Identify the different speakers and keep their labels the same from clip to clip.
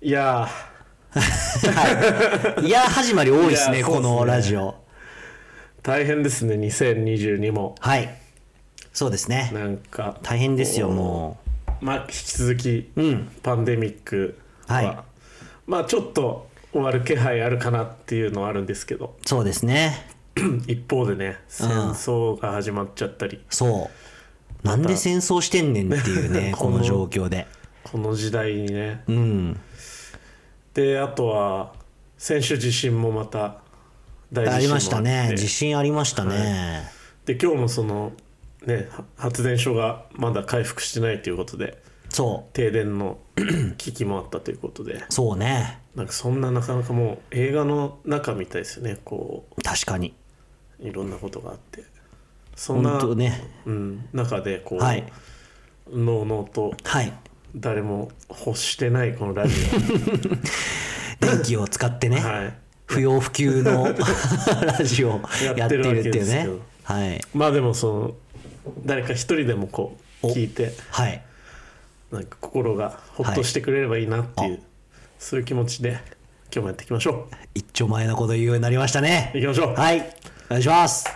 Speaker 1: いやー
Speaker 2: はい、いや始まり多いですね
Speaker 1: いや
Speaker 2: こ
Speaker 1: そ
Speaker 2: の
Speaker 1: うっすね
Speaker 2: ラジオ
Speaker 1: 大変ですね2022も
Speaker 2: はいそうですね
Speaker 1: なんか
Speaker 2: 大変ですよも
Speaker 1: うまあ引き続き、パンデミックは、
Speaker 2: はい
Speaker 1: まあちょっと終わる気配あるかなっていうのはあるんですけど
Speaker 2: うそうですね
Speaker 1: 一方でね戦争が始まっちゃったり、
Speaker 2: そうなんで戦争してんねんっていう ねこ
Speaker 1: この
Speaker 2: の状況で
Speaker 1: この時代にね
Speaker 2: うん
Speaker 1: であとは先週地震もまた大
Speaker 2: ありましたね
Speaker 1: 地
Speaker 2: 地
Speaker 1: 震も
Speaker 2: 震ありましたね、
Speaker 1: あってで今日もそのねは発電所がまだ回復してないということで
Speaker 2: そ
Speaker 1: 停電の 危機もあったということで
Speaker 2: うそうね
Speaker 1: なんかそんななかなかもう映画の中みたいですよねこ
Speaker 2: 確かに
Speaker 1: ういろんなことがあってそん
Speaker 2: 本
Speaker 1: な、
Speaker 2: 当ね
Speaker 1: うん、中でこう、
Speaker 2: はい
Speaker 1: のうのうと
Speaker 2: はい
Speaker 1: 誰も欲してないこのラジ
Speaker 2: 電気を使って ね、
Speaker 1: オはい
Speaker 2: 不要不急の ラジオや
Speaker 1: や
Speaker 2: っ
Speaker 1: ってて
Speaker 2: る
Speaker 1: る
Speaker 2: っ
Speaker 1: わけ
Speaker 2: てい
Speaker 1: で
Speaker 2: う
Speaker 1: すけど
Speaker 2: ねはい
Speaker 1: まあでもその誰か一人でもこう
Speaker 2: お
Speaker 1: 聞いて
Speaker 2: はい
Speaker 1: なんか心がほっとしてくれればいいなっていう、
Speaker 2: はい
Speaker 1: そういう気持ちで今日もやっていきましょ
Speaker 2: 一丁前なこと言うようになりましたね
Speaker 1: ういきましょう、い、
Speaker 2: はいお願いします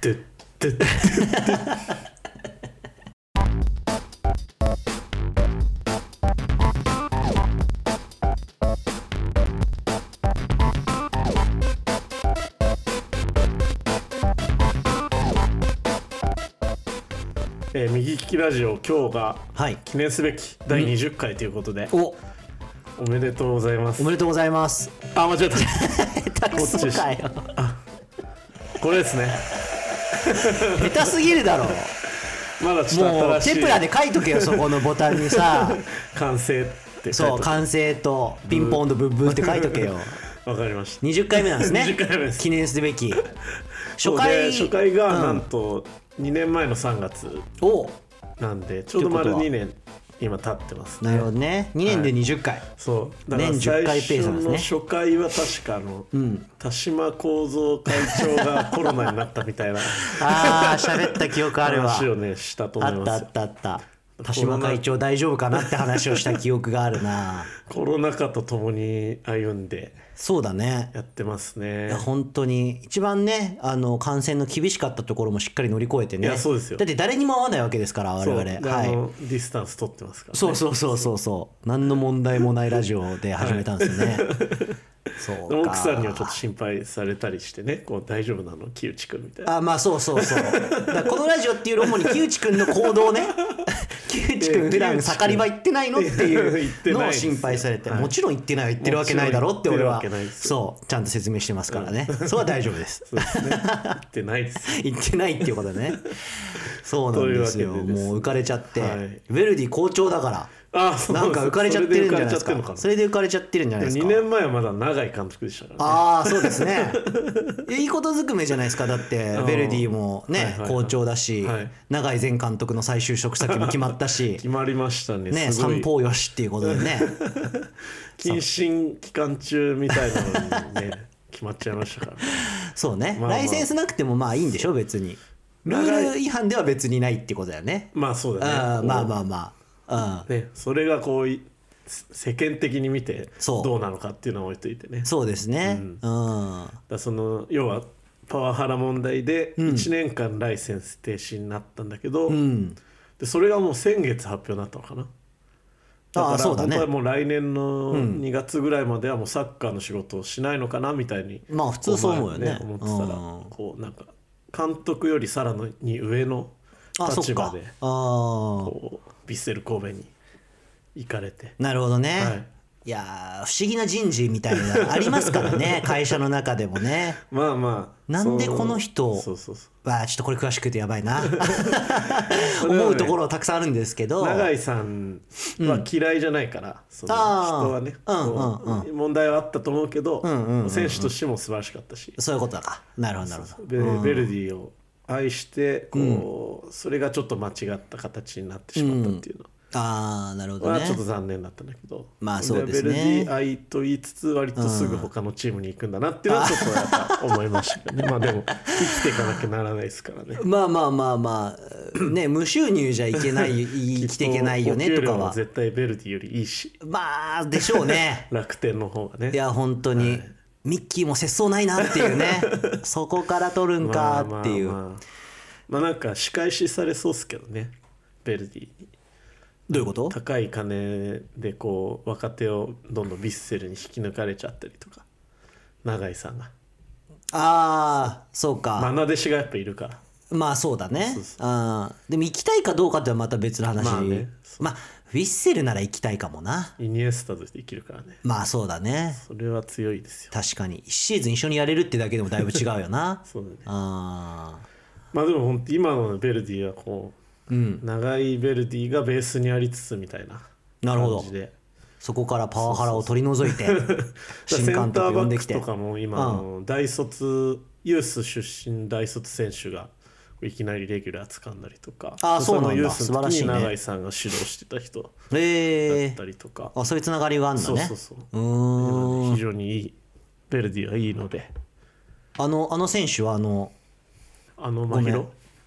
Speaker 1: ドゥッドゥッえー右利きラジオ今日が
Speaker 2: はい
Speaker 1: 記念すべき第20回ということで、
Speaker 2: お
Speaker 1: おめでとうございます
Speaker 2: おめでとうございます
Speaker 1: あ間違えた
Speaker 2: 下手くそかよ
Speaker 1: これですね
Speaker 2: 下手すぎるだろ
Speaker 1: まだちょっと
Speaker 2: もう
Speaker 1: 新し
Speaker 2: テ
Speaker 1: い
Speaker 2: プラで書いとけよそこのボタン にさ
Speaker 1: 完成って書い
Speaker 2: そ
Speaker 1: と
Speaker 2: う
Speaker 1: く
Speaker 2: 完成とピンポンとブンブンって書いとけよ
Speaker 1: わかりました
Speaker 2: 20回目なんですね
Speaker 1: 20回目です
Speaker 2: 記念すべき初
Speaker 1: そう
Speaker 2: 回
Speaker 1: で初回が
Speaker 2: う
Speaker 1: なんんと2年前の3月
Speaker 2: お
Speaker 1: なんでちょうど丸
Speaker 2: とい
Speaker 1: 2
Speaker 2: う
Speaker 1: 年今経ってます
Speaker 2: な
Speaker 1: ね
Speaker 2: るほどね2年で20回、
Speaker 1: そうだから
Speaker 2: 年10
Speaker 1: 最
Speaker 2: 回ペース
Speaker 1: 初
Speaker 2: なんです
Speaker 1: の
Speaker 2: ね
Speaker 1: 初回は確かあの、田島幸三会長がコロナになったみたいな
Speaker 2: ああ喋った記 憶あるわ
Speaker 1: 話をねしたと思
Speaker 2: あ
Speaker 1: い
Speaker 2: っ
Speaker 1: ま
Speaker 2: たあ
Speaker 1: す
Speaker 2: ったあった田島会長大丈夫かなって話をした記憶があるな
Speaker 1: コロナ禍とともに歩んで
Speaker 2: そうだね
Speaker 1: やってますね
Speaker 2: いや本当に一番ねあの感染の厳しかったところもしっかり乗り越えてね
Speaker 1: いやそうですよ
Speaker 2: だって誰にも会わないわけですから我
Speaker 1: そう
Speaker 2: 々
Speaker 1: で
Speaker 2: は
Speaker 1: あの
Speaker 2: い
Speaker 1: ディスタンス取ってますから
Speaker 2: そうそうそうそうそう何の問題もないラジオで始めたんです よね、そうか
Speaker 1: 奥さんにはちょっと心配されたりしてねこう大丈夫なの木内くんみたいな
Speaker 2: あまあそうそうそうだからこのラジオっていうのもに木内くんの行動 ね木内くん普段盛り場行ってないのっ
Speaker 1: 行
Speaker 2: てい
Speaker 1: っ
Speaker 2: う
Speaker 1: てない
Speaker 2: のを
Speaker 1: ですよ
Speaker 2: 心配されて
Speaker 1: はい
Speaker 2: もちろん行ってないは言ってるわけないだろって俺
Speaker 1: も
Speaker 2: は
Speaker 1: ちろん行ってるわけないです
Speaker 2: そうちゃんと説明してますからねそれは大丈夫です
Speaker 1: そうですね言ってないです
Speaker 2: 行ってないっていうこと ねそうなんですよ
Speaker 1: というわけでです
Speaker 2: もう浮かれちゃって、
Speaker 1: はい
Speaker 2: ヴェルディ好調だから
Speaker 1: あそう
Speaker 2: なんか浮かれちゃってるんじゃないです
Speaker 1: それ浮
Speaker 2: か
Speaker 1: かれち
Speaker 2: そ
Speaker 1: ゃってるの
Speaker 2: れで浮かれちゃってるんじゃないです
Speaker 1: か
Speaker 2: か
Speaker 1: 2年前はまだ長い監督でしたから、ね、
Speaker 2: ああそうです ねいやいいことずくめじゃないですかだってヴ
Speaker 1: ん
Speaker 2: ェルディもね、
Speaker 1: はいはいはい
Speaker 2: 好調だし、
Speaker 1: はい
Speaker 2: 永井前監督の再就職先も決まっ たし
Speaker 1: 決まりましたね
Speaker 2: ね
Speaker 1: すご
Speaker 2: 三
Speaker 1: い
Speaker 2: 方よしっていうことで ね
Speaker 1: 謹慎期間中みたいなのに ね決まっちゃいましたから、ね、
Speaker 2: そうね、
Speaker 1: まあまあ
Speaker 2: ライセンスなくてもまあいいんでしょ別にルール違反では別にないってことだよね
Speaker 1: まあそうだね
Speaker 2: あ
Speaker 1: こう
Speaker 2: まあまあまあ、うん、
Speaker 1: ねそれがこうい世間的に見て
Speaker 2: そう
Speaker 1: どうなのかっていうのを置いといてね
Speaker 2: そうですねうん
Speaker 1: だからその要はパワハラ問題で1年間ライセンス停止になったんだけど、でそれがもう先月発表になったのかなだ
Speaker 2: あ
Speaker 1: か
Speaker 2: あ
Speaker 1: ら
Speaker 2: そうだ
Speaker 1: 本
Speaker 2: ね
Speaker 1: 当はもう来年の2月ぐらいまではもうサッカーの仕事をしないのかなみたいに、
Speaker 2: まあ普通そう思うよね
Speaker 1: こ前思ってたら、
Speaker 2: うん
Speaker 1: こうなんか監督よりさらに上の
Speaker 2: あそ
Speaker 1: 立
Speaker 2: っ
Speaker 1: 場
Speaker 2: か
Speaker 1: で
Speaker 2: ああ
Speaker 1: こうヴィッセル神戸に行かれて
Speaker 2: なるほどね、
Speaker 1: はい
Speaker 2: い、やー不思議な人事みたいなのありますか らね会社の中でもね
Speaker 1: まあまあ
Speaker 2: なんで
Speaker 1: そ
Speaker 2: この人
Speaker 1: そうそうそう
Speaker 2: わあちょっとこれ詳しく言うとやば いな思うところたくさんあるんですけど
Speaker 1: 永井さんは嫌いじゃないから、その人
Speaker 2: あー
Speaker 1: はね、こう問題はあったと思うけど、選手としても素晴らしかったし、
Speaker 2: そういうことだかなるほどなるほど
Speaker 1: ベベルディを愛してこう、それがちょっと間違った形になってしまったっていうの、
Speaker 2: ああなるほど
Speaker 1: は
Speaker 2: ね
Speaker 1: ちょっと残念だったんだけど、
Speaker 2: まあそうですね
Speaker 1: ベルギー愛と言いつつ割とすぐ他のチームに行くんだなっていうのはちょっとやっぱ思いましたけどね まあでも生きていかなきゃならないですからね
Speaker 2: まあまあまあまあね無収入じゃい けない生きていけないよね
Speaker 1: きっ
Speaker 2: と
Speaker 1: お給
Speaker 2: か
Speaker 1: 料も
Speaker 2: は
Speaker 1: 絶対ベルディよりいいし
Speaker 2: まあでしょうね
Speaker 1: 楽天の方が
Speaker 2: い
Speaker 1: ね
Speaker 2: や本当に、ミッキーも節操ないなっていう ねそこから取るんかっていう、
Speaker 1: まあまあまあまあなんか仕返しされそうっすけどねベルディ
Speaker 2: どういうこと
Speaker 1: 高い金でこう若手をどんどんヴィッセルに引き抜かれちゃったりとか永井さんが
Speaker 2: ああそうか
Speaker 1: 愛弟子がやっぱいるから
Speaker 2: まあそうだねあーでも行きたいかどうかってはまた別の話
Speaker 1: まあねそ
Speaker 2: まあウィッセルなら行きたいかもな
Speaker 1: イニエスタとして生きるからね
Speaker 2: まあそうだね
Speaker 1: それは強いですよ
Speaker 2: 確かに1シーズン一緒にやれるってだけでもだいぶ違うよ な
Speaker 1: そうだね
Speaker 2: あー
Speaker 1: まあでも本当今のベルディはこう、長いベルディがベースにありつつみたいな
Speaker 2: なるほど
Speaker 1: 感じで
Speaker 2: そこからパワハラを取り除いて
Speaker 1: だ
Speaker 2: 新
Speaker 1: からセ
Speaker 2: 監
Speaker 1: ンタ
Speaker 2: 督
Speaker 1: ー
Speaker 2: 呼
Speaker 1: バ
Speaker 2: ん
Speaker 1: ッ
Speaker 2: で
Speaker 1: ク
Speaker 2: きて
Speaker 1: とかも今あの大卒ユース出身大卒選手がいきなりレギュラー掴んだりとか
Speaker 2: あーそうなんだ
Speaker 1: のユースの
Speaker 2: 素晴ら
Speaker 1: 時
Speaker 2: しい
Speaker 1: に
Speaker 2: ね
Speaker 1: 永井さんが指導してた人だ
Speaker 2: え
Speaker 1: っ
Speaker 2: ー
Speaker 1: たりとか、
Speaker 2: あそういうつながりがあるんだ
Speaker 1: そう
Speaker 2: ね
Speaker 1: そうそう
Speaker 2: うーん
Speaker 1: 非常にいいベルディはいいので
Speaker 2: あのあの選手はあの
Speaker 1: あの
Speaker 2: ご
Speaker 1: 真
Speaker 2: めん
Speaker 1: 宙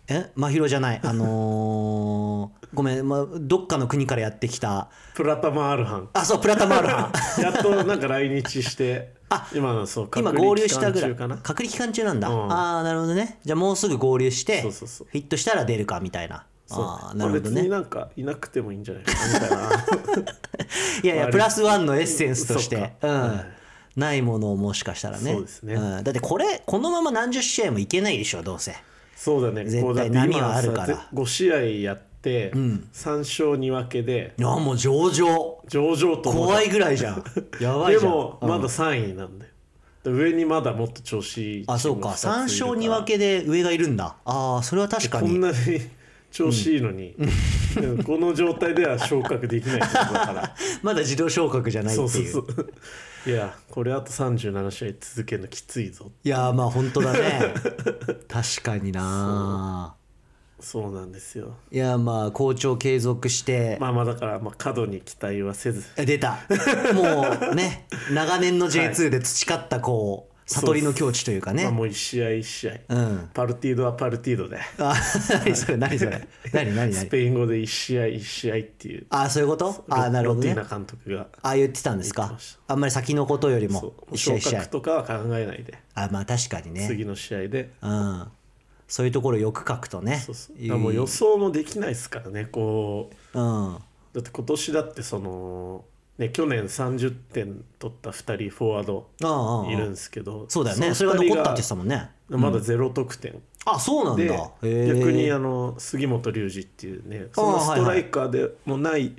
Speaker 2: え真宙じゃないあのー ごめん、まあ、どっかの国からやってきた
Speaker 1: プラタマアルハン
Speaker 2: あそうプラタマールハ ン
Speaker 1: やっとなんか来日して
Speaker 2: あ
Speaker 1: 今のそう
Speaker 2: 今
Speaker 1: 隔離
Speaker 2: 合流したぐらい
Speaker 1: 期間中かな
Speaker 2: 隔離期間中なんだ、
Speaker 1: うん
Speaker 2: ああなるほどねじゃあもうすぐ合流して
Speaker 1: そうそうそう
Speaker 2: ヒットしたら出るかみたいな
Speaker 1: そう
Speaker 2: ああなるほ
Speaker 1: ま
Speaker 2: ど
Speaker 1: あ別に
Speaker 2: ね
Speaker 1: なんかいなくてもいいんじゃないかなみたい な
Speaker 2: いやいやプラスワンのエッセンスとし、
Speaker 1: そって
Speaker 2: う
Speaker 1: か
Speaker 2: ん、ないものをもしかしたらね
Speaker 1: そうですね
Speaker 2: うん、だってこれこのまま何十試合もいけないでしょどうせ
Speaker 1: そうだね
Speaker 2: 絶対
Speaker 1: こうだって
Speaker 2: 波はあるから
Speaker 1: 今さぜ5試合やって3勝2分けで
Speaker 2: いやもう上々
Speaker 1: 上々と思う
Speaker 2: 怖いぐらいじ ゃんやばい
Speaker 1: で
Speaker 2: じゃん
Speaker 1: もまだ3位なんだよで上にまだもっと調子いいチームが
Speaker 2: あそうか
Speaker 1: 二ついるら
Speaker 2: 3勝2分けで上がいるんだああそれは確か
Speaker 1: こん
Speaker 2: に
Speaker 1: なに調子いいのに、でもこの状態では昇格できないってこと だから
Speaker 2: まだ自動昇格じゃないって
Speaker 1: そ
Speaker 2: いうう
Speaker 1: そうそういやこれあと37試合続けるのきついぞ
Speaker 2: いやーまあ本当 だね確かにな
Speaker 1: そうなんですよ
Speaker 2: いやーまあ好調継続して、
Speaker 1: まあまあだから、まあ、過度に期待はせず
Speaker 2: 出たもうね長年の J2 で培ったこう悟りの境地というかね
Speaker 1: まあ、もう一試合一試合、
Speaker 2: うん
Speaker 1: パルティードはパルティードで
Speaker 2: あ何それ何それ何何
Speaker 1: ス
Speaker 2: 何
Speaker 1: ペイン語で一試合一試合っていう
Speaker 2: ああそういうことああなるほど
Speaker 1: ロ
Speaker 2: ね
Speaker 1: ティーナ監督が
Speaker 2: ああ言ってたんです
Speaker 1: 言って
Speaker 2: か
Speaker 1: まし
Speaker 2: あんまり先のことよりも
Speaker 1: そう
Speaker 2: 一試合
Speaker 1: 昇
Speaker 2: 一試合
Speaker 1: 格とかは考えないで
Speaker 2: あまあ確かにね
Speaker 1: 次の試合で
Speaker 2: うんそういうところよく書くとね
Speaker 1: そうそう
Speaker 2: い
Speaker 1: だからもう予想もできないですからねこう
Speaker 2: うん
Speaker 1: だって今年だってその、ね、去年30点取った2人フォワード
Speaker 2: ああ
Speaker 1: いるんですけど
Speaker 2: そうだよねそれ
Speaker 1: の
Speaker 2: が
Speaker 1: 二人
Speaker 2: 残ったって言ってたもんね
Speaker 1: まだゼロ得点、
Speaker 2: あそうなん
Speaker 1: で
Speaker 2: だへえ
Speaker 1: 逆にあの杉本龍二っていうねそのストライカーでもない、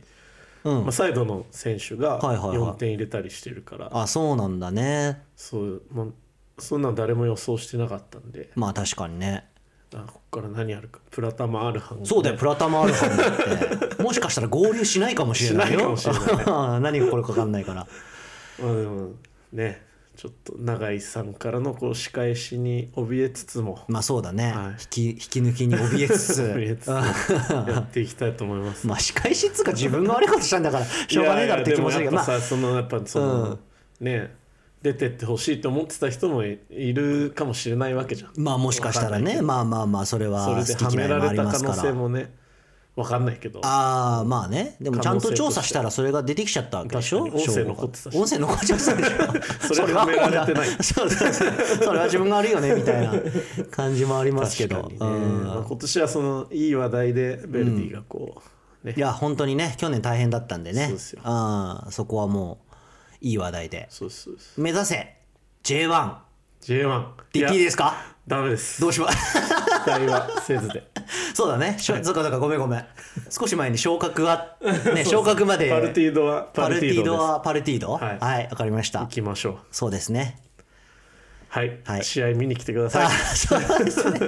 Speaker 2: うん
Speaker 1: まあ、サイドの選手が
Speaker 2: はいはいはい
Speaker 1: 4点入れたりしてるから、
Speaker 2: あそうなんだね
Speaker 1: そうもうそんなん誰も予想してなかったんで
Speaker 2: まあ確かにね
Speaker 1: あここから何あるかプラタマアルハンがね
Speaker 2: そうだよ、プラタマアルハンだって。もしかしたら合流しないかもしれないよ。
Speaker 1: しないかもしれ
Speaker 2: 何がこれか分かんないから。
Speaker 1: まあでもねちょっと永井さんからのこう仕返しに怯えつつも
Speaker 2: まあそうだね。
Speaker 1: はい
Speaker 2: 引き引き抜きに怯え つ
Speaker 1: 怯えつ
Speaker 2: つ
Speaker 1: つ。やっていきたいと思います。
Speaker 2: まあ仕返しっつうか自分が悪いことしたんだから、しょうがねえだろって気持ちだけ
Speaker 1: いやいやでもや
Speaker 2: ど、ま
Speaker 1: っぱさ、
Speaker 2: あ
Speaker 1: そのやっぱその、ね出てってほしいと思ってた人もいいるかもしれないわけじゃん。
Speaker 2: まあもしかしたらね、まあまあまあ、それは
Speaker 1: それ
Speaker 2: 好
Speaker 1: で
Speaker 2: き
Speaker 1: は
Speaker 2: 嫌
Speaker 1: め
Speaker 2: いも
Speaker 1: ら
Speaker 2: あ
Speaker 1: れ
Speaker 2: り
Speaker 1: た
Speaker 2: ま
Speaker 1: 可
Speaker 2: す
Speaker 1: 能
Speaker 2: か
Speaker 1: 性
Speaker 2: ら。
Speaker 1: もねわかんないけど。
Speaker 2: ああまあねでもちゃんと調査したらそれが出てきちゃったわけでしょ
Speaker 1: 確かに音声
Speaker 2: 証拠が
Speaker 1: 残ってたし
Speaker 2: 音声残っちゃったでしょ
Speaker 1: それは
Speaker 2: もう
Speaker 1: はめられてない
Speaker 2: そうそうそうそれは自分が悪いよねみたいな感じもありますけ
Speaker 1: 確か
Speaker 2: ど
Speaker 1: にね。
Speaker 2: うん
Speaker 1: まあ今年はそのいい話題でベルディがこう、ね
Speaker 2: いや本当にね去年大変だったんでね
Speaker 1: そうですよ
Speaker 2: あーそこはもういい話題で
Speaker 1: そうそうそう。
Speaker 2: 目指せ J1
Speaker 1: J1 いや
Speaker 2: DP ですか
Speaker 1: ダメです。
Speaker 2: どうし ま
Speaker 1: 期待はせずで。
Speaker 2: そうだね、しょそうかそうかごめんごめん少し前に昇格は、ね、昇格ま で
Speaker 1: パルティードはパ
Speaker 2: パル
Speaker 1: ルテ
Speaker 2: テ
Speaker 1: ィ
Speaker 2: ィ
Speaker 1: ー
Speaker 2: ード
Speaker 1: ドです。
Speaker 2: はパルティードは
Speaker 1: はいい
Speaker 2: わ、かりまし
Speaker 1: 行
Speaker 2: た
Speaker 1: きましょう。
Speaker 2: そうですね
Speaker 1: はい、
Speaker 2: はい
Speaker 1: 試合見に来てください
Speaker 2: あ。そうで すね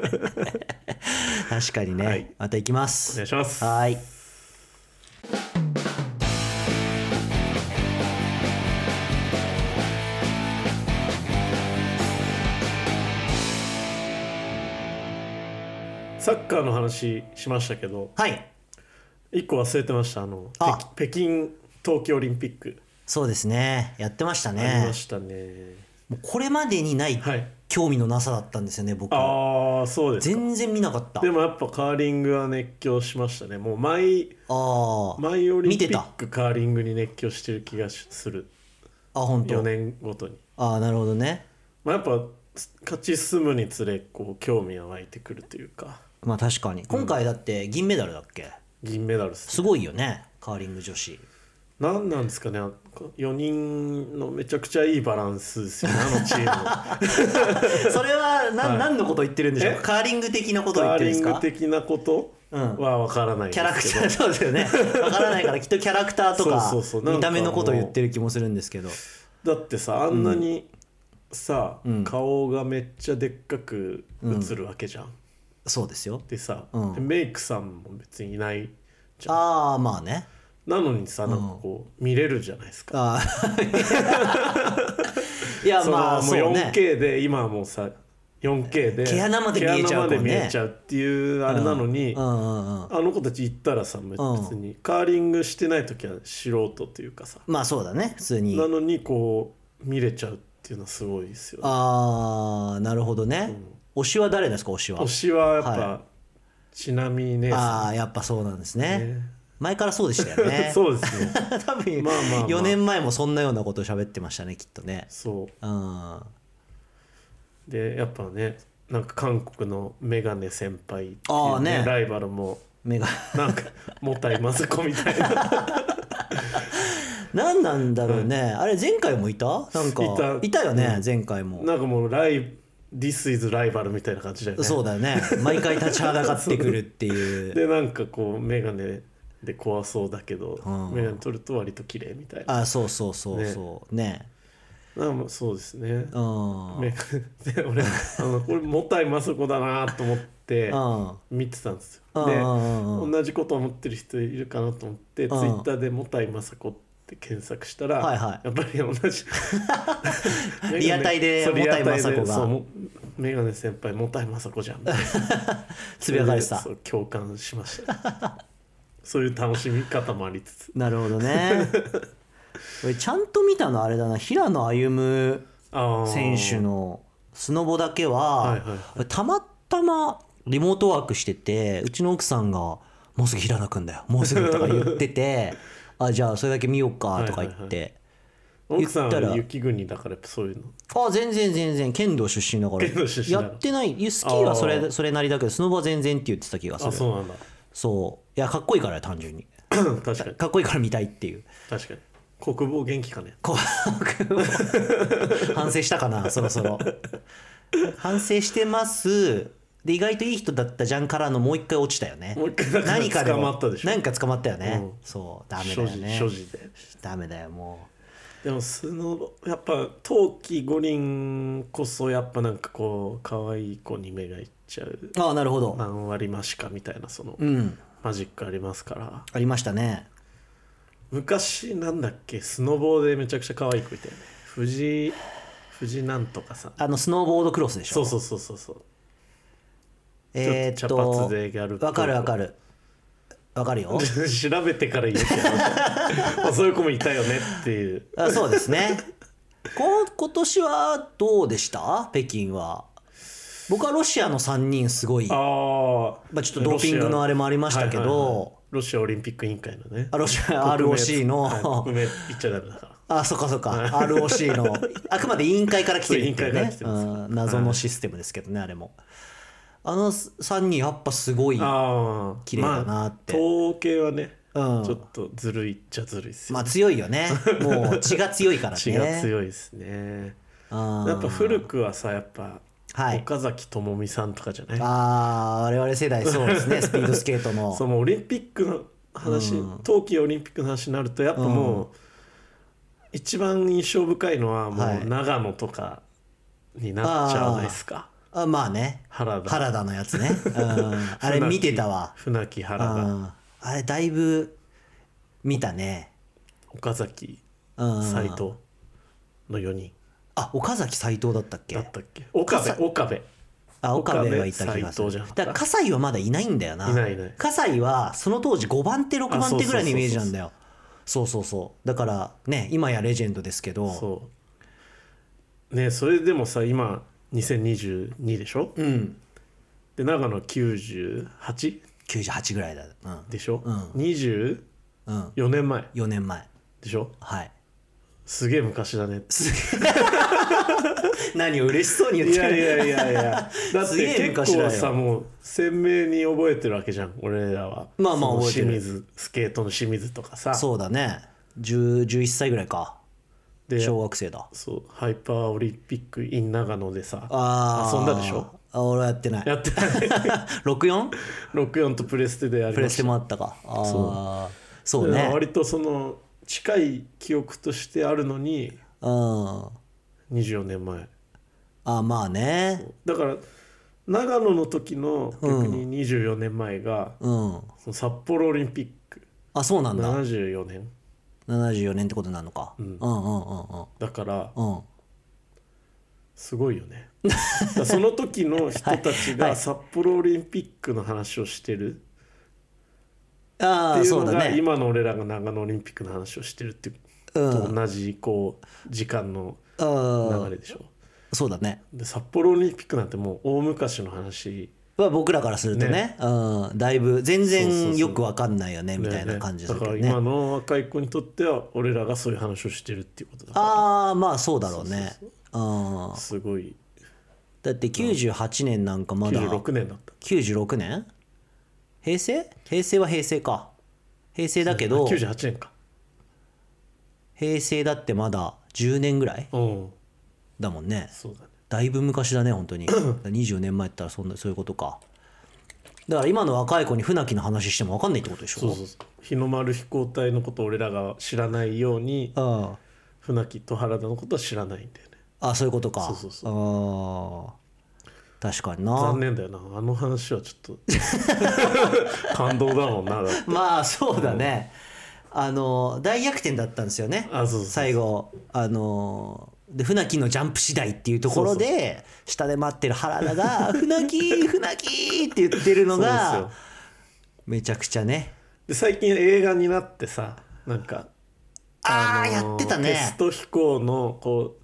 Speaker 2: 確かにね、
Speaker 1: はい
Speaker 2: また行きま
Speaker 1: お
Speaker 2: す
Speaker 1: 願いします。
Speaker 2: はーい
Speaker 1: サッカーの話しましたけど、
Speaker 2: はい
Speaker 1: 一個忘れてましたあの
Speaker 2: あ
Speaker 1: 北北京冬季オリンピック
Speaker 2: そうですねやってました
Speaker 1: あり
Speaker 2: ね
Speaker 1: ましたね
Speaker 2: もうこれまでにない
Speaker 1: はい
Speaker 2: 興味のなさだったんですよね僕は
Speaker 1: ああそうですか
Speaker 2: 全然見なかった
Speaker 1: でもやっぱカーリングは熱狂しましたねもう毎
Speaker 2: ああ
Speaker 1: 毎オリンピ
Speaker 2: 見て
Speaker 1: ッ
Speaker 2: た
Speaker 1: クカーリングに熱狂してる気がする
Speaker 2: あ本
Speaker 1: 4
Speaker 2: 当
Speaker 1: 年ごとに、
Speaker 2: ああなるほどね
Speaker 1: まあ、やっぱ勝ち進むにつれこう興味が湧いてくるというか
Speaker 2: まあ確かに今回だって銀メダルだっけ
Speaker 1: 銀メダルっす
Speaker 2: すごいよねカーリング 女子
Speaker 1: 何なんですかね4人のめちゃくちゃいいバランスですよねあのチーム
Speaker 2: それは何,、
Speaker 1: はい
Speaker 2: 何のこと言ってるんでしょう
Speaker 1: え
Speaker 2: カーリング的なことを
Speaker 1: カ
Speaker 2: 言
Speaker 1: ー
Speaker 2: ってる
Speaker 1: リ
Speaker 2: んで
Speaker 1: ン
Speaker 2: す
Speaker 1: グ
Speaker 2: か
Speaker 1: 的なこと
Speaker 2: うん
Speaker 1: は分からないんです
Speaker 2: キ
Speaker 1: けど
Speaker 2: ャラクターそうで すよねわからないからきっとキャラクターとか
Speaker 1: そうそうそうなんか
Speaker 2: 見た目のことを言ってる気もするんですけど
Speaker 1: だってさあんなにさ、顔がめっちゃでっかく映るわけじゃん、
Speaker 2: そうですよ
Speaker 1: でさ、
Speaker 2: うん
Speaker 1: でメイクさんも別にいないじゃん
Speaker 2: ああまあね
Speaker 1: なのにさなんかこう見れるじゃないですか、
Speaker 2: あ ーいや
Speaker 1: その
Speaker 2: まあ
Speaker 1: も
Speaker 2: そううね
Speaker 1: 4K で今はもうさ 4K で
Speaker 2: 毛穴まで見えちゃうもんね
Speaker 1: 毛穴まで見えちゃうっていうあれなのに、
Speaker 2: うんうんうん
Speaker 1: あの子たち行ったらさ別
Speaker 2: ん
Speaker 1: にカーリングしてない時は素人というかさ、
Speaker 2: まあそうだね普通に
Speaker 1: なのにこう見れちゃうっていうのはすごいですよね
Speaker 2: ああなるほどね、推しは誰ですか推しは
Speaker 1: 推しはやっぱ、
Speaker 2: は
Speaker 1: ちなみにね
Speaker 2: ああやっぱそうなんですね
Speaker 1: ね
Speaker 2: 前からそうでしたよね
Speaker 1: そうですね
Speaker 2: 多 分、
Speaker 1: まあまあまあ
Speaker 2: 4年前もそんなようなこと喋ってましたねきっとね
Speaker 1: そ
Speaker 2: うん
Speaker 1: うでやっぱねなんか韓国のメガネ先輩っていう、ね、
Speaker 2: ああね
Speaker 1: ライバルも
Speaker 2: 目が
Speaker 1: なんかもたいまずこみたい な
Speaker 2: 何なんだろうね、あれ前回もいたなんか
Speaker 1: いた
Speaker 2: よね、前回も、
Speaker 1: なんかもうライ「This is ライバル」みたいな感じだよね
Speaker 2: そうだよね毎回立ちはだかってくるっていう
Speaker 1: でなんかこうメガネで怖そうだけど、メガネ取ると割と綺麗みたいな
Speaker 2: あそうそうそうそうね
Speaker 1: なんかもうそうですね
Speaker 2: うん、
Speaker 1: メガネ で俺あのこれもたいまそこだなと思って
Speaker 2: うん、
Speaker 1: 見てたんです
Speaker 2: うん
Speaker 1: よ
Speaker 2: う
Speaker 1: で
Speaker 2: ん
Speaker 1: 同じこと思ってる人いるかなと思ってツイッターで「もたいまさこ」って検索したら、
Speaker 2: はいはい
Speaker 1: やっぱり同 じ
Speaker 2: リアタイで
Speaker 1: そう
Speaker 2: もたいまさこ
Speaker 1: リアタイで
Speaker 2: が
Speaker 1: そうもメガネ先輩もたいまさこじゃんみたいな
Speaker 2: つぶやかれてた
Speaker 1: そう共感しましたそういう楽しみ方もありつつ
Speaker 2: なるほ どね俺ちゃんと見たのあれだな平野歩夢
Speaker 1: あー
Speaker 2: 選手のスノボだけ
Speaker 1: はい
Speaker 2: は
Speaker 1: はいはい
Speaker 2: 俺たまたまリモートワークしててうちの奥さんが「もうすぐ平野くんだよもうすぐ」とか言っ てて「あじゃあそれだけ見ようか」とか言って、
Speaker 1: はいはい奥さん
Speaker 2: 言った
Speaker 1: は
Speaker 2: ら
Speaker 1: 雪国だからやっぱそういうの
Speaker 2: あ全然全然剣道出身だから
Speaker 1: 剣道出身な
Speaker 2: や
Speaker 1: の
Speaker 2: ってないいやスキーはそ
Speaker 1: あ
Speaker 2: れ
Speaker 1: ー
Speaker 2: それなりだけどスノボは全然って言ってた気がす
Speaker 1: あ
Speaker 2: る
Speaker 1: そうなんだ
Speaker 2: そういやかっこいいからよ単純に
Speaker 1: 確かに
Speaker 2: かっこいいから見たいっていう
Speaker 1: 確かに国防元気かね
Speaker 2: こう反省したかなそろそろ反省してますで意外といい人だったじゃんからのもう一回落ちたよね
Speaker 1: もう一回だから
Speaker 2: 何かでも
Speaker 1: 捕まったでしょ
Speaker 2: 何か捕まったよね、
Speaker 1: うん
Speaker 2: そうダメだ
Speaker 1: 所
Speaker 2: よ
Speaker 1: 持
Speaker 2: ね
Speaker 1: 所持で
Speaker 2: ダメだよも
Speaker 1: でもスノボやっぱ冬季五輪こそやっぱなんかこう可愛い子に目がいっちゃう
Speaker 2: うああなるほど
Speaker 1: 何割増しかみたいなその
Speaker 2: うん
Speaker 1: マジックありますから
Speaker 2: ありましたね
Speaker 1: 昔なんだっけスノボーでめちゃくちゃ可愛い子いたよね藤井藤井なんとかさん
Speaker 2: あのスノーボードクロスでしょ
Speaker 1: そうそうそうそうそう
Speaker 2: えー、っ
Speaker 1: ちょっと茶
Speaker 2: と
Speaker 1: 髪でギャルっぽい
Speaker 2: わかるわかるわかるよ
Speaker 1: 調べてから言うけどまあ そういう子もいたよねっていう
Speaker 2: あそうですね こ今年はどうでした北京は僕はロシアの3人すごい
Speaker 1: ああ
Speaker 2: まあちょっとドーピングのあれもありましたけど
Speaker 1: ロシアオリンピック委員会のね
Speaker 2: あロシア
Speaker 1: 国名
Speaker 2: ROC
Speaker 1: はい
Speaker 2: の
Speaker 1: 国名言っちゃダメだから
Speaker 2: あそっかそっか ROC のあくまで委員会から来てるっていう
Speaker 1: そう委員会から
Speaker 2: ね
Speaker 1: 来てるんです
Speaker 2: うん謎のシステムですけどねあれもあの3人やっぱすごいま
Speaker 1: ああ
Speaker 2: 綺麗だなって
Speaker 1: まあ、統計はね、
Speaker 2: うん
Speaker 1: ちょっとずるいっちゃずるいっすよ、
Speaker 2: あ強いよねもう血が強いからね
Speaker 1: 血が強いですね
Speaker 2: うん
Speaker 1: やっぱ古くはさやっぱ、
Speaker 2: はい
Speaker 1: 岡崎智美さんとかじゃない
Speaker 2: ああ我々世代そうで すねスピードスケートの
Speaker 1: そのオリンピックの話、冬季オリンピックの話になるとやっぱもう、一番印象深いのはも
Speaker 2: はいう
Speaker 1: 長野とかになっちゃわないですか、
Speaker 2: あまあね
Speaker 1: 原田
Speaker 2: 原田のやつね、うん、あれ見てたわ、
Speaker 1: 船木原
Speaker 2: う
Speaker 1: 田
Speaker 2: ん、あれだいぶ見たね
Speaker 1: 岡崎
Speaker 2: うん
Speaker 1: 斎藤の4人
Speaker 2: あ岡崎斎藤だったっけ
Speaker 1: だったっけ岡部岡部
Speaker 2: あ岡部
Speaker 1: 岡部
Speaker 2: はいた気がす
Speaker 1: 斉
Speaker 2: る
Speaker 1: 藤じゃなかった
Speaker 2: だから葛西はまだいないんだよない
Speaker 1: ないいない
Speaker 2: 葛西はその当時5番手6
Speaker 1: あ
Speaker 2: 番
Speaker 1: そう
Speaker 2: 手
Speaker 1: そうそうそう
Speaker 2: ぐらいのイメージなんだよそうそうそうだからね今やレジェンドですけど
Speaker 1: そうねそれでもさ今2022でしょ
Speaker 2: うん
Speaker 1: で長野98
Speaker 2: 98ぐらいだうん
Speaker 1: でしょ、
Speaker 2: うん
Speaker 1: 24
Speaker 2: うん
Speaker 1: 年前
Speaker 2: 4年前
Speaker 1: でしょ
Speaker 2: はい
Speaker 1: すげえ昔だね
Speaker 2: すげえ何を嬉しそうに言っ
Speaker 1: い
Speaker 2: て
Speaker 1: や
Speaker 2: る
Speaker 1: い やいやいやだっ
Speaker 2: すげ
Speaker 1: て
Speaker 2: え
Speaker 1: 結
Speaker 2: 昔だよ
Speaker 1: 構さもう鮮明に覚えてるわけじゃん俺らは
Speaker 2: まあまあ
Speaker 1: その
Speaker 2: 覚えてる
Speaker 1: 清水スケートの清水とかさ
Speaker 2: そうだね10 11歳ぐらいか
Speaker 1: で
Speaker 2: 小学生だ
Speaker 1: そうハイパーオリンピック in 長野でさ
Speaker 2: あー
Speaker 1: 遊んだでしょ
Speaker 2: あ俺はやってない
Speaker 1: やってない
Speaker 2: 64?
Speaker 1: 64とプレステでやり
Speaker 2: プ
Speaker 1: ま
Speaker 2: レ
Speaker 1: し
Speaker 2: ス
Speaker 1: た
Speaker 2: テもあったかあそうそう
Speaker 1: だか
Speaker 2: ね
Speaker 1: ら割とその近い記憶としてあるのに
Speaker 2: うんあ
Speaker 1: 24年前
Speaker 2: まあね
Speaker 1: だから長野の時の逆に24年前が、
Speaker 2: うん
Speaker 1: その札幌オリンピック
Speaker 2: あそうなんだ
Speaker 1: 74年
Speaker 2: 74年ってことなのか、うん、うんうんうん
Speaker 1: だから
Speaker 2: うんうん
Speaker 1: すごいよねだからその時の人たちが札幌オリンピックの話をしてるっ
Speaker 2: あ
Speaker 1: て
Speaker 2: あ
Speaker 1: いう
Speaker 2: そ
Speaker 1: の
Speaker 2: うだ
Speaker 1: が
Speaker 2: ね
Speaker 1: 今の俺らが長野オリンピックの話をしてるっていうと同じこう時間の
Speaker 2: うん
Speaker 1: 流れでしょ
Speaker 2: そうだね
Speaker 1: で札幌オリンピックなんてもう大昔の話
Speaker 2: まあ僕らからするとねうん、だいぶ全
Speaker 1: そうそうそ
Speaker 2: 然
Speaker 1: う
Speaker 2: よくわかんないよねみ
Speaker 1: だ
Speaker 2: たい
Speaker 1: よね
Speaker 2: な感じだ
Speaker 1: だ
Speaker 2: け
Speaker 1: か
Speaker 2: ど
Speaker 1: ら
Speaker 2: ね
Speaker 1: 今の若い子にとっては俺らがそういう話をしてるっていうことだか
Speaker 2: ああまあそうだろうねうん
Speaker 1: らすごい
Speaker 2: だって98年なんかまだ
Speaker 1: 96年だった
Speaker 2: 96年平成平成は平成か平成だけど
Speaker 1: 98年か
Speaker 2: 平成だってまだ10年ぐらい
Speaker 1: うん
Speaker 2: だもんね
Speaker 1: そうだね
Speaker 2: だいぶ昔だね 本当に20年前って言ったらそんなそういうことかだから今の若い子に船木の話しても分かんないってことでしょ
Speaker 1: そうそうそう日の丸飛行隊のことを俺らが知らないように
Speaker 2: あ
Speaker 1: 船木と原田のことは知らないんだよね
Speaker 2: ああそういうことか
Speaker 1: そうそうそ
Speaker 2: あー確かにな
Speaker 1: 残念だよなあの話はちょっ と感動だもんなだって
Speaker 2: まあそうだねあの大逆転だったんですよね
Speaker 1: あそうそう
Speaker 2: 最後あので船木のジャンプ次第っていうところで下で待ってる原田が「船木船木!」って言ってるの
Speaker 1: そうですよ
Speaker 2: がめちゃくちゃね
Speaker 1: で最近映画になってさなんか
Speaker 2: ああ
Speaker 1: のー
Speaker 2: やってた
Speaker 1: テス
Speaker 2: ね
Speaker 1: ト飛行のこう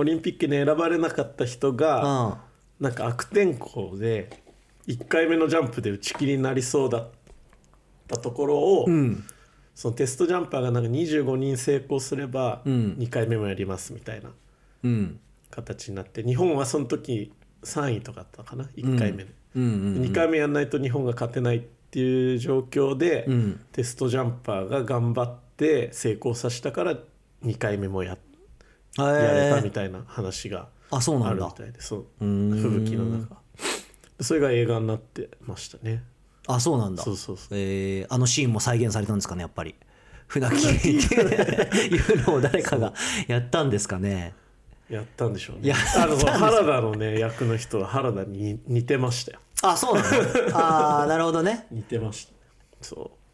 Speaker 1: オリンピックに選ばれなかった人
Speaker 2: う
Speaker 1: が、
Speaker 2: ん
Speaker 1: なんか悪天候で1回目のジャンプで打ち切りになりそうだったところを、
Speaker 2: ん
Speaker 1: そのテストジャンパーがなんか25人成功すれば
Speaker 2: ん
Speaker 1: 2回目もやりますみたいな
Speaker 2: うん
Speaker 1: 形になって日本はその時3位とかだったかな1回目で、
Speaker 2: うんうん
Speaker 1: 2回目やんないと日本が勝てないっていう状況で、
Speaker 2: ん
Speaker 1: テストジャンパーが頑張って成功させたから2回目もややれたみたいな話が
Speaker 2: あそうな
Speaker 1: あ
Speaker 2: ん
Speaker 1: る
Speaker 2: だ
Speaker 1: みたいでそう吹雪の中それが映画になってましたね
Speaker 2: あそうなんだ
Speaker 1: そうそうそ
Speaker 2: えーあのシーンも再現されたんですかねやっぱ り船木っていうのを誰かがやったんですかね
Speaker 1: やったんでしょうね
Speaker 2: や
Speaker 1: あの原田のね役の人は原田に似てましたよ
Speaker 2: あそうなのああなるほどね
Speaker 1: 似てましたそう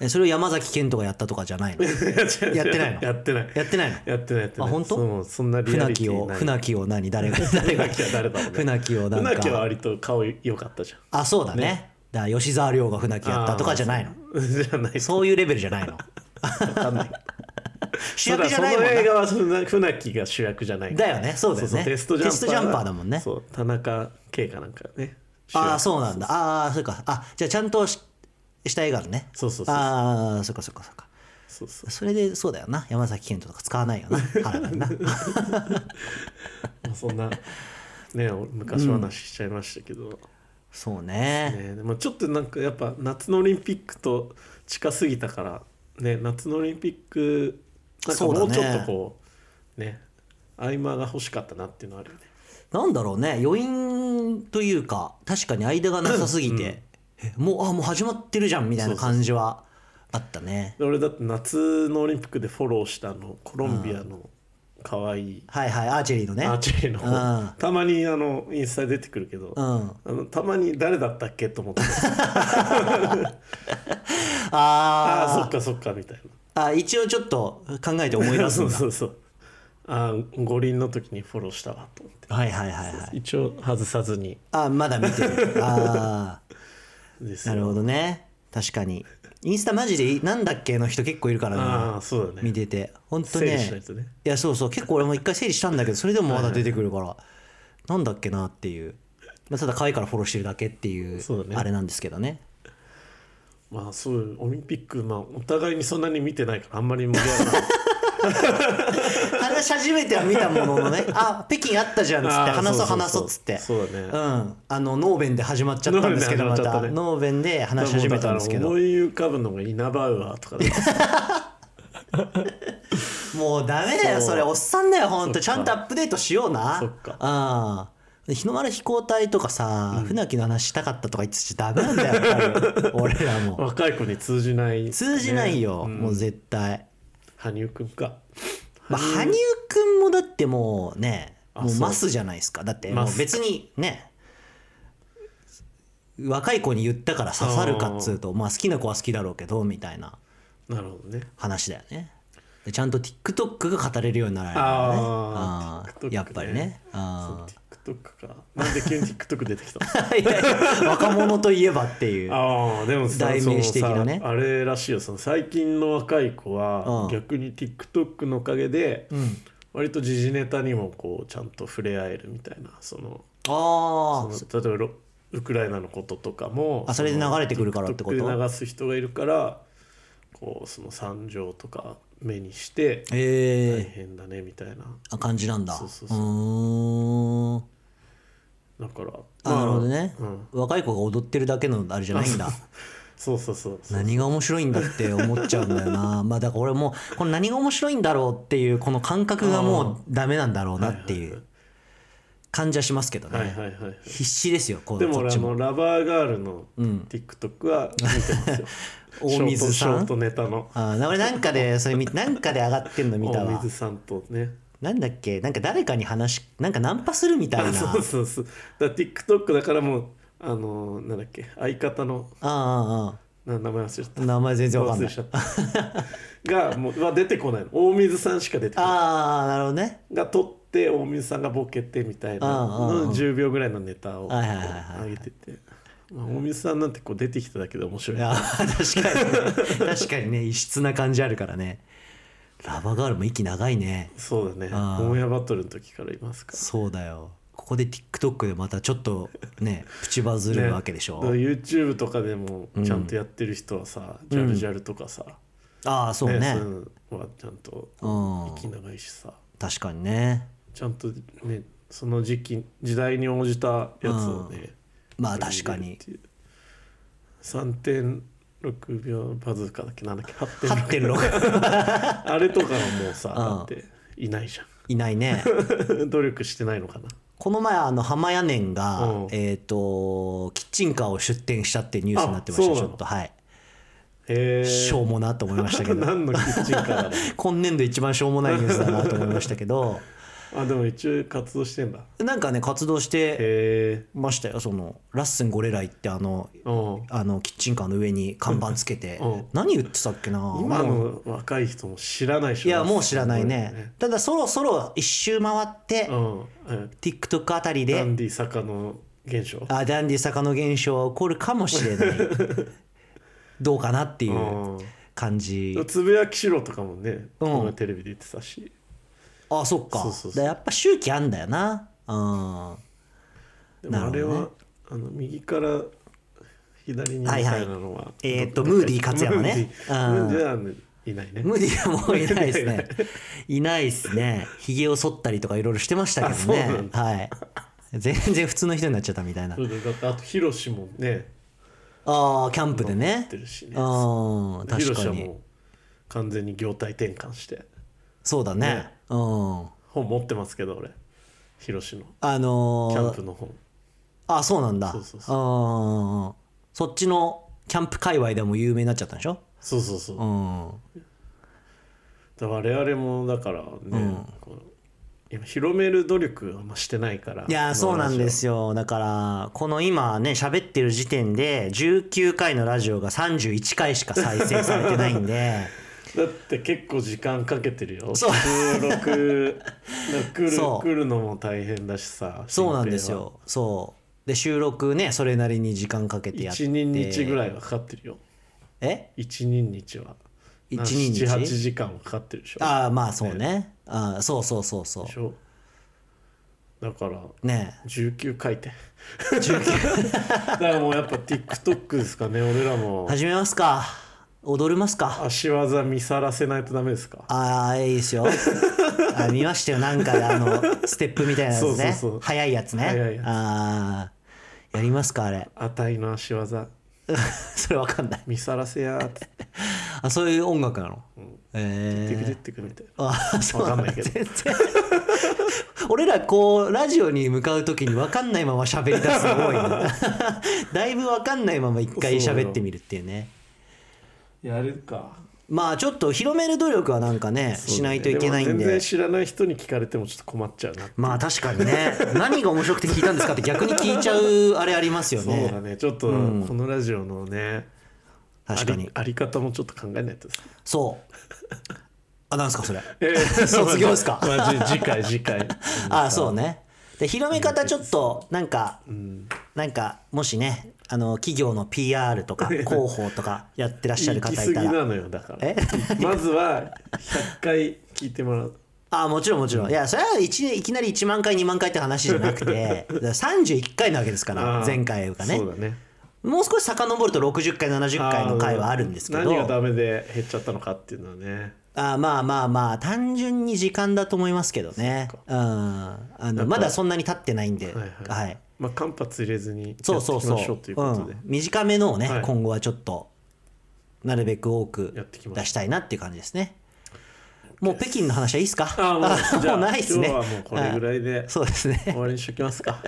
Speaker 2: えそれを山崎賢人がやったとかじゃないのやってないの
Speaker 1: やってない
Speaker 2: やってないの
Speaker 1: やってないやってない
Speaker 2: あ本当
Speaker 1: そうそんなリア
Speaker 2: 船
Speaker 1: リテ
Speaker 2: 木
Speaker 1: ィ
Speaker 2: を
Speaker 1: ない
Speaker 2: 船木を何誰が誰 が
Speaker 1: 船木は誰だろうね
Speaker 2: 船木をなんか
Speaker 1: 船木は割と顔良かったじゃん
Speaker 2: あそうだねだから吉沢亮が船木やったとかじゃないの
Speaker 1: の じゃない
Speaker 2: そういうレベルじゃな いの
Speaker 1: ただその映
Speaker 2: 主役じゃないもんね
Speaker 1: 画は船船木が主役じゃない
Speaker 2: だよねそうだよね
Speaker 1: そうそうテストジャンパーが
Speaker 2: テストジャンパーだもんね
Speaker 1: そう田中圭かなんかね主役
Speaker 2: ああそうなんだああそうかあじゃあちゃんとしした映画のね
Speaker 1: そうそうそう
Speaker 2: ああそうかそうかそうか
Speaker 1: そうそ
Speaker 2: それでそうだよな山崎賢人とか使わな いよな原田な
Speaker 1: うまあそんなね昔話しちゃいましたけど、
Speaker 2: そうね
Speaker 1: ね、でもちょっとなんかやっぱ夏のオリンピックと近すぎたから、ね、夏のオリンピックなんか
Speaker 2: そうだ
Speaker 1: も
Speaker 2: ね
Speaker 1: うちょっとこうね合間が欲しかったなっていうのはあるよね
Speaker 2: なんだろうね余韻というか確かに間がなさすぎて、えもうあもう始まってるじゃんみたいな感じはあったね
Speaker 1: で俺だって夏のオリンピックでフォローしたあのコロンビアの可愛い
Speaker 2: はいはいアーチェリーのね
Speaker 1: アーチェリーの
Speaker 2: うん
Speaker 1: たまにあのインスタで出てくるけど、
Speaker 2: うん、あ
Speaker 1: あのたまに誰だったっけと思ってああ
Speaker 2: あ
Speaker 1: そっかそっかみたいな
Speaker 2: あ一応ちょっと考えて思い出す
Speaker 1: そ
Speaker 2: ん
Speaker 1: う
Speaker 2: だ
Speaker 1: そうそうあ五輪の時にフォローしたわと思って
Speaker 2: はいはいはいはい
Speaker 1: 一応外さずに
Speaker 2: あまだ見てるあ
Speaker 1: です
Speaker 2: あな
Speaker 1: よ
Speaker 2: るほどね確かにインスタマジでいなんだっけの人結構いるからな
Speaker 1: ああそうだね
Speaker 2: 見てて本当
Speaker 1: 整理しない
Speaker 2: ね
Speaker 1: とね
Speaker 2: いやそうそう結構俺も一回整理したんだけどそれでもまだ出てくるからなんだっけなっていう、まあ、ただ可愛いからフォローしてるだけっていう
Speaker 1: そうだね
Speaker 2: あれなんですけどね
Speaker 1: まあそうオリンピックまあお互いにそんなに見てないからあんまり盛り上がらない
Speaker 2: 話し始めては見たもの のねあ北 京あったじゃんっつって
Speaker 1: あー
Speaker 2: 話そう
Speaker 1: そうそう
Speaker 2: 話
Speaker 1: そう
Speaker 2: そうっつって
Speaker 1: そうだね
Speaker 2: んあのノーベンで始まっちゃったんですけど
Speaker 1: ノ
Speaker 2: ま
Speaker 1: ーベンで始まっちゃった
Speaker 2: た
Speaker 1: ね
Speaker 2: ノーベンで話し始めたんですけ
Speaker 1: だからもうだから思
Speaker 2: ど
Speaker 1: い浮かぶのがイナバウアーとかだね
Speaker 2: もうダメだよ
Speaker 1: そう
Speaker 2: それおっさんだよほんと
Speaker 1: そっか
Speaker 2: ちゃんとアップデートしような
Speaker 1: そっか
Speaker 2: うん日の丸飛行隊とかさ、船木の話したかったとか言ってちゃダメなんだよやっ ぱり俺らも
Speaker 1: 若い子に通じない、
Speaker 2: 通じないよ、
Speaker 1: ね
Speaker 2: もう絶対、
Speaker 1: 羽生くんか
Speaker 2: まあ、羽生くんもだってもうね
Speaker 1: あ
Speaker 2: もう
Speaker 1: そう
Speaker 2: マスじゃないですかだっても
Speaker 1: マス
Speaker 2: う
Speaker 1: か
Speaker 2: 別にね若い子に言ったから刺さるかっつうとまあ好きな子は好きだろうけどみたいな
Speaker 1: なるほどね
Speaker 2: 話だよねでちゃんと TikTok が語れるようにならない
Speaker 1: あー
Speaker 2: うん
Speaker 1: TikTok
Speaker 2: やっぱりね
Speaker 1: ね
Speaker 2: あ
Speaker 1: そう TikTok かなんで急に TikTok 出てきたの
Speaker 2: ー いやいや若者といえばっていう
Speaker 1: ああでもさ
Speaker 2: 代名詞的なね
Speaker 1: そのさあれらしいよその最近の若い子
Speaker 2: う
Speaker 1: は
Speaker 2: ん
Speaker 1: 逆に TikTok のおかげで
Speaker 2: うん
Speaker 1: 割と時事ネタにもこうちゃんと触れ合えるみたいなその
Speaker 2: あー
Speaker 1: その例えばロウクライナのこととかも
Speaker 2: あそれで流れてくるからってこと
Speaker 1: TikTok で流す人がいるからこうその惨状とか目にして
Speaker 2: え
Speaker 1: 大
Speaker 2: え
Speaker 1: 変だねみたいな
Speaker 2: あ感じなんだ
Speaker 1: そうそうそう
Speaker 2: うーん
Speaker 1: だから
Speaker 2: あなるほどね、
Speaker 1: うん
Speaker 2: 若い子が踊ってるだけのあれじゃないんだ
Speaker 1: そうそうそうそう
Speaker 2: 何が面白いんだって思っちゃうんだ よなまあだから俺もこの何が面白いんだろうっていうこの感覚がもうダメなんだろうなっていう感じはしますけどね、
Speaker 1: はいはいはい
Speaker 2: 必死ですよこう
Speaker 1: でも
Speaker 2: こっ
Speaker 1: 俺
Speaker 2: ち
Speaker 1: あ
Speaker 2: も
Speaker 1: のラバーガールの TikTok は見てますよ
Speaker 2: 大水さん
Speaker 1: ショートショートネタの
Speaker 2: あー俺なん かでそれ見なんかで上がってんの見た
Speaker 1: 大
Speaker 2: わ
Speaker 1: 水さんとね
Speaker 2: なんだっけなんか誰かに話しなんかナンパするみたい な
Speaker 1: そうそうそうだから TikTok だからもうあのーなんだっけ相方の
Speaker 2: あ
Speaker 1: な名前忘れちゃっ
Speaker 2: あああ
Speaker 1: た
Speaker 2: 名前全然わかんない
Speaker 1: 忘れちゃったがもうは出てこないの大水さんしか出てこない
Speaker 2: ああなるほどね
Speaker 1: が撮って大水さんがボケてみたいな
Speaker 2: うんうんうん
Speaker 1: の10秒ぐらいのネタをこう
Speaker 2: はいはいはいはい
Speaker 1: 上げてて、まあ、大水さんなんてこう出てきただけで面白い
Speaker 2: いや確かにね 確かにね異質な感じあるからねラバーガールも息長いね
Speaker 1: そうだね
Speaker 2: あー
Speaker 1: オンエアバトルの時からいますから
Speaker 2: そうだよここで TikTok でまたちょっとねプチバズるわけでしょ、
Speaker 1: ねだから YouTube とかでもちゃんとやってる人はさ、ジャルジャルとかさ、
Speaker 2: ああそうね
Speaker 1: ねそういうのはちゃんと
Speaker 2: うん
Speaker 1: 息長いしさ
Speaker 2: 確かにね
Speaker 1: ちゃんとねその時期時代に応じたやつをね、
Speaker 2: まあ確かに
Speaker 1: 3.6秒バズーカだっけなんだっけ8.6
Speaker 2: 8.6
Speaker 1: あれとかはもうさだっていないじ
Speaker 2: いないね
Speaker 1: ゃん 努力してないのかな
Speaker 2: この前あの浜屋根が、
Speaker 1: うん
Speaker 2: えっ、とキッチンカーを出店したってニュースになってました
Speaker 1: あそう
Speaker 2: ちょ
Speaker 1: なの
Speaker 2: っとはい、
Speaker 1: へえ
Speaker 2: しょうもなと思いましたけ ど
Speaker 1: 何のキッチンカーだろう
Speaker 2: 今年度一番しょうもないニュースだなと思いましたけど
Speaker 1: あでも一応活動してんだ
Speaker 2: なんかね活動して
Speaker 1: へえ
Speaker 2: ましたよそのラッスンゴレライってあの
Speaker 1: うん
Speaker 2: あのキッチンカーの上に看板つけて、
Speaker 1: うん
Speaker 2: 何言ってたっけな
Speaker 1: 今の若い人も知らないでしょ
Speaker 2: いやもう知らないねただそろそろ一周回って
Speaker 1: うんえ
Speaker 2: TikTok あたり
Speaker 1: ダ
Speaker 2: で
Speaker 1: ンディ坂の現象
Speaker 2: あダンディ坂の現象は起こるかもしれ ないどうかなっていう
Speaker 1: う
Speaker 2: 感じ
Speaker 1: んつぶやきしろとかもねこ
Speaker 2: うん
Speaker 1: の前テレビで言ってたし
Speaker 2: あそっか
Speaker 1: そうそうそう
Speaker 2: だからやっぱ周期あんだよなうん
Speaker 1: でもあれはあの右から左にみたいなのは
Speaker 2: はいえー
Speaker 1: ど
Speaker 2: と
Speaker 1: こだ
Speaker 2: ムーディー勝山ね
Speaker 1: ムーディー
Speaker 2: う
Speaker 1: ムーディーはいないね
Speaker 2: 無理はもういないで すねいないですねひげを剃ったりとかいろいろしてましたけ
Speaker 1: あ
Speaker 2: ど
Speaker 1: そうな
Speaker 2: ね
Speaker 1: んだ
Speaker 2: はい全然普通の人になっちゃったみたいな
Speaker 1: そうだよだってあとヒロシもね
Speaker 2: ああキャンプで
Speaker 1: や
Speaker 2: ね
Speaker 1: ってるしね
Speaker 2: うん
Speaker 1: ヒ
Speaker 2: 確
Speaker 1: ロ
Speaker 2: か
Speaker 1: シは
Speaker 2: に
Speaker 1: もう完全に業態転換して
Speaker 2: そうだね
Speaker 1: ね
Speaker 2: うん
Speaker 1: 本持ってますけど俺ヒロシの
Speaker 2: あのー
Speaker 1: キャンプの本
Speaker 2: あそうなんだ
Speaker 1: そうそうそ
Speaker 2: うんそっちのキャンプ界隈でも有名になっちゃったんでしょ
Speaker 1: そうそうそう
Speaker 2: うん
Speaker 1: だから我々もだからね、こう今広める努力あんましてないから
Speaker 2: いやーそうなんですすよだからこの今ね喋ってる時点で19回のラジオが31回しか再生されてないんで
Speaker 1: だって結構時間かけてるよ
Speaker 2: そう
Speaker 1: 収 録だ来る
Speaker 2: そう
Speaker 1: 来るのも大変だしさ
Speaker 2: そうなんですよそうで収録ねそれなりに時間かけてやって
Speaker 1: 一人日ぐらいはかかってるよ
Speaker 2: え
Speaker 1: 一人日は
Speaker 2: 一人日
Speaker 1: 78時間はかかってるでしょ
Speaker 2: ああまあそうねあーそうそうそうそ
Speaker 1: でしょだから
Speaker 2: うね
Speaker 1: 19回転 だからもうやっぱ TikTok ですかね俺らも
Speaker 2: 始めますか踊りますか
Speaker 1: 足技見さらせないとダメですか
Speaker 2: ああい いですよあ見ましたよなんかあのステップみたいなやつ
Speaker 1: そ
Speaker 2: ね
Speaker 1: うそうそう
Speaker 2: 速いやつね
Speaker 1: 速いやつ
Speaker 2: ああやりますかあれ
Speaker 1: あたいの足技
Speaker 2: それわかんない
Speaker 1: 見さらせやーって
Speaker 2: あそういう音楽なの、え
Speaker 1: 言
Speaker 2: え
Speaker 1: ってくれてくみたいな
Speaker 2: あそうなん
Speaker 1: わかんな
Speaker 2: だ
Speaker 1: いけど
Speaker 2: 全然俺らこうラジオに向かう時に分かんないまま喋り出すの多 いなだいぶ分かんないまま一回喋ってみるっていうね
Speaker 1: やるか
Speaker 2: まあちょっと広める努力はなんかねしないといけないん
Speaker 1: も
Speaker 2: で
Speaker 1: 全然知らない人に聞かれてもちょっと困っちゃうな
Speaker 2: まあ確かにね何が面白くて聞いたんですかって逆に聞いちゃうあれありますよ
Speaker 1: そうだ
Speaker 2: ね
Speaker 1: ねちょっとこのラジオのね、
Speaker 2: 確かに
Speaker 1: ありあり方もちょっと考えないとですね
Speaker 2: そうあなんですかそれ
Speaker 1: ええ
Speaker 2: 卒業ですか
Speaker 1: まあじ次回次回
Speaker 2: あそうねで広め方ちょっとなんか、なんかもしねあの企業の PR とか広報とかやってらっしゃる
Speaker 1: 行
Speaker 2: 方
Speaker 1: き
Speaker 2: い
Speaker 1: 過ぎ
Speaker 2: たら
Speaker 1: なのよだから
Speaker 2: え
Speaker 1: まずは100回聞いてもらう
Speaker 2: あもちろんもちろんいやそれは一年いきなり1万回2万回って話じゃな くてだから31回なわけですから
Speaker 1: あー
Speaker 2: 前回がね
Speaker 1: そうだね
Speaker 2: もう少し遡ると60回70回の回はあるんですけど
Speaker 1: 何がダメで減っちゃったのかっていうのはね
Speaker 2: あーまあまあまあ単純に時間だと思いますけどねうんあのまだそんなに経ってないん
Speaker 1: は
Speaker 2: で、
Speaker 1: いはい
Speaker 2: はい、
Speaker 1: まあ間髪入れずにやっていき
Speaker 2: そ
Speaker 1: ま
Speaker 2: う
Speaker 1: し
Speaker 2: そうそ
Speaker 1: ょう
Speaker 2: う
Speaker 1: という
Speaker 2: う
Speaker 1: ことで
Speaker 2: ん、短めのをね、
Speaker 1: はい
Speaker 2: 今後はちょっとなるべく多
Speaker 1: や
Speaker 2: く
Speaker 1: ってきま
Speaker 2: 出
Speaker 1: し
Speaker 2: したいなっていう感じですねもう北京の話はいいっすか
Speaker 1: たあもう じゃあ
Speaker 2: ないっすね
Speaker 1: 今日はもうこれぐ
Speaker 2: い
Speaker 1: らいで
Speaker 2: そうですね
Speaker 1: 終わりにしときますか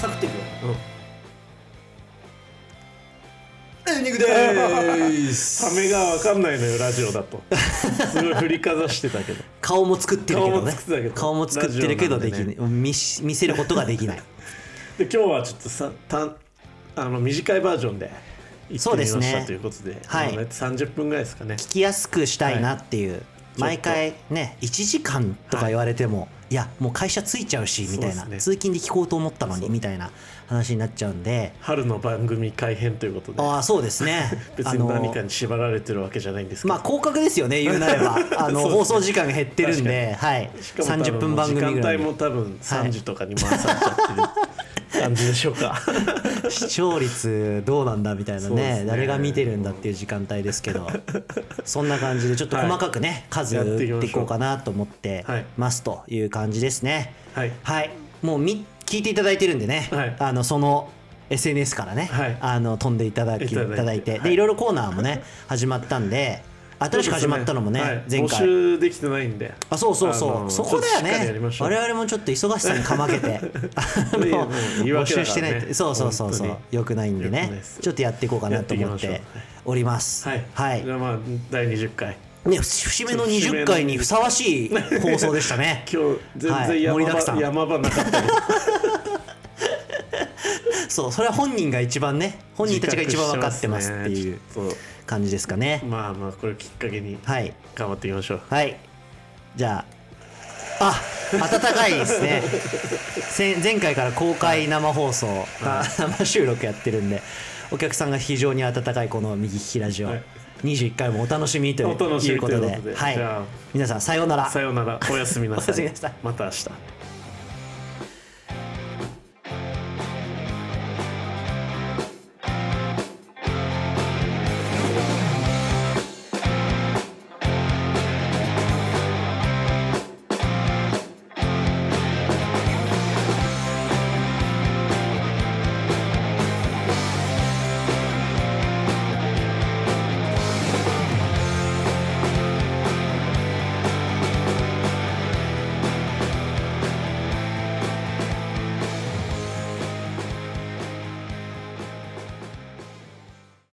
Speaker 2: サクッといくよ
Speaker 1: うん
Speaker 2: エンディング でーす
Speaker 1: ためが分かんないのよラジオだとすごい振りかざしてたけど
Speaker 2: 顔も作ってるけどね
Speaker 1: 顔も作ってたけど
Speaker 2: 顔も作ってるけどでき
Speaker 1: ラジオ
Speaker 2: ない見し見せることがで きない
Speaker 1: で今日はちょっとさたあの短いバージョンで行って
Speaker 2: そう
Speaker 1: み
Speaker 2: で
Speaker 1: まし
Speaker 2: す
Speaker 1: た、
Speaker 2: ね
Speaker 1: ということで、
Speaker 2: はい
Speaker 1: 今のやつ30分ぐらいですかね
Speaker 2: 聞きやすくしたいなっていう、毎回ね1時間とか言われても、い、やもう会社着いちゃうしみたい
Speaker 1: そう
Speaker 2: な、
Speaker 1: です
Speaker 2: 通勤で聞こうと思ったのにみたいな話になっちゃうんで
Speaker 1: 春の番組改編ということで
Speaker 2: ああそうですね
Speaker 1: 別
Speaker 2: あ
Speaker 1: に何
Speaker 2: の
Speaker 1: かに縛られてるわけじゃないんですけど、
Speaker 2: まあ広角ですよね言うなれ ばあの
Speaker 1: そう
Speaker 2: 放送時間が減ってるんで、はい、
Speaker 1: しかも多分
Speaker 2: 30分番組ぐ
Speaker 1: 時間
Speaker 2: らい
Speaker 1: 帯
Speaker 2: で
Speaker 1: も多分3時とかに回されちゃってる感じでしょう か
Speaker 2: 視聴率どうなんだみたいな
Speaker 1: そうで
Speaker 2: ね
Speaker 1: すね
Speaker 2: 誰が見てるんだっていう時間帯ですけ どそんな感じでちょっと細かくね、数
Speaker 1: やっていきましょ
Speaker 2: 打
Speaker 1: う
Speaker 2: っていこうかなと思って
Speaker 1: はい
Speaker 2: ますという感じですね。
Speaker 1: はい
Speaker 2: はい、もうみ聞いていただいてるんでね、
Speaker 1: はい
Speaker 2: あのその SNS からね、
Speaker 1: はい
Speaker 2: あの飛んでいただきい
Speaker 1: いただいて
Speaker 2: ただいて、
Speaker 1: はい
Speaker 2: でいろいろコーナーもね始まったんで新しく始まったのもね
Speaker 1: そうです
Speaker 2: 前
Speaker 1: はい、募
Speaker 2: 回
Speaker 1: 集できてないんで
Speaker 2: あそうそうそう、
Speaker 1: あの
Speaker 2: そこだよ
Speaker 1: ちょっとしっかりや
Speaker 2: ね
Speaker 1: りましょう
Speaker 2: 我々もちょっと忙しさにかま けてあの
Speaker 1: いやいやもう言い
Speaker 2: 募
Speaker 1: 訳だからね
Speaker 2: 集してないってそうそうそうそう
Speaker 1: 本当
Speaker 2: よくないんで
Speaker 1: 良くない
Speaker 2: ね
Speaker 1: です
Speaker 2: ちょっとやっていこうかなと思っ
Speaker 1: やってていきましょ
Speaker 2: おります
Speaker 1: はい、
Speaker 2: はい
Speaker 1: じゃあまあ第20回
Speaker 2: ね節目の
Speaker 1: 節目
Speaker 2: 20
Speaker 1: の
Speaker 2: 回にふさわしい放送でし たね
Speaker 1: 今日全
Speaker 2: は
Speaker 1: 然
Speaker 2: い盛
Speaker 1: 山
Speaker 2: りだ
Speaker 1: 場,、
Speaker 2: くさん
Speaker 1: 山場なかった
Speaker 2: そうそれは本人が一番ね 本人たちが一番分かってますっていう
Speaker 1: 自覚してますね
Speaker 2: 感じです
Speaker 1: ちょ
Speaker 2: か
Speaker 1: っと
Speaker 2: ね
Speaker 1: まあまあこれをきっかけに
Speaker 2: はい
Speaker 1: 頑張っていきましょう、
Speaker 2: はいじゃああ暖かいです ね前前回から公開生放送、あ 生収録やってるんでお客さんが非常に温かいこの右利きラジオ、
Speaker 1: はい
Speaker 2: 21回もお楽しみという
Speaker 1: お楽しみ
Speaker 2: いうこと
Speaker 1: という
Speaker 2: で
Speaker 1: ことで
Speaker 2: は
Speaker 1: じゃあ
Speaker 2: い、皆さんさようなら
Speaker 1: さようならおやすみな
Speaker 2: おやすみなさい
Speaker 1: また明日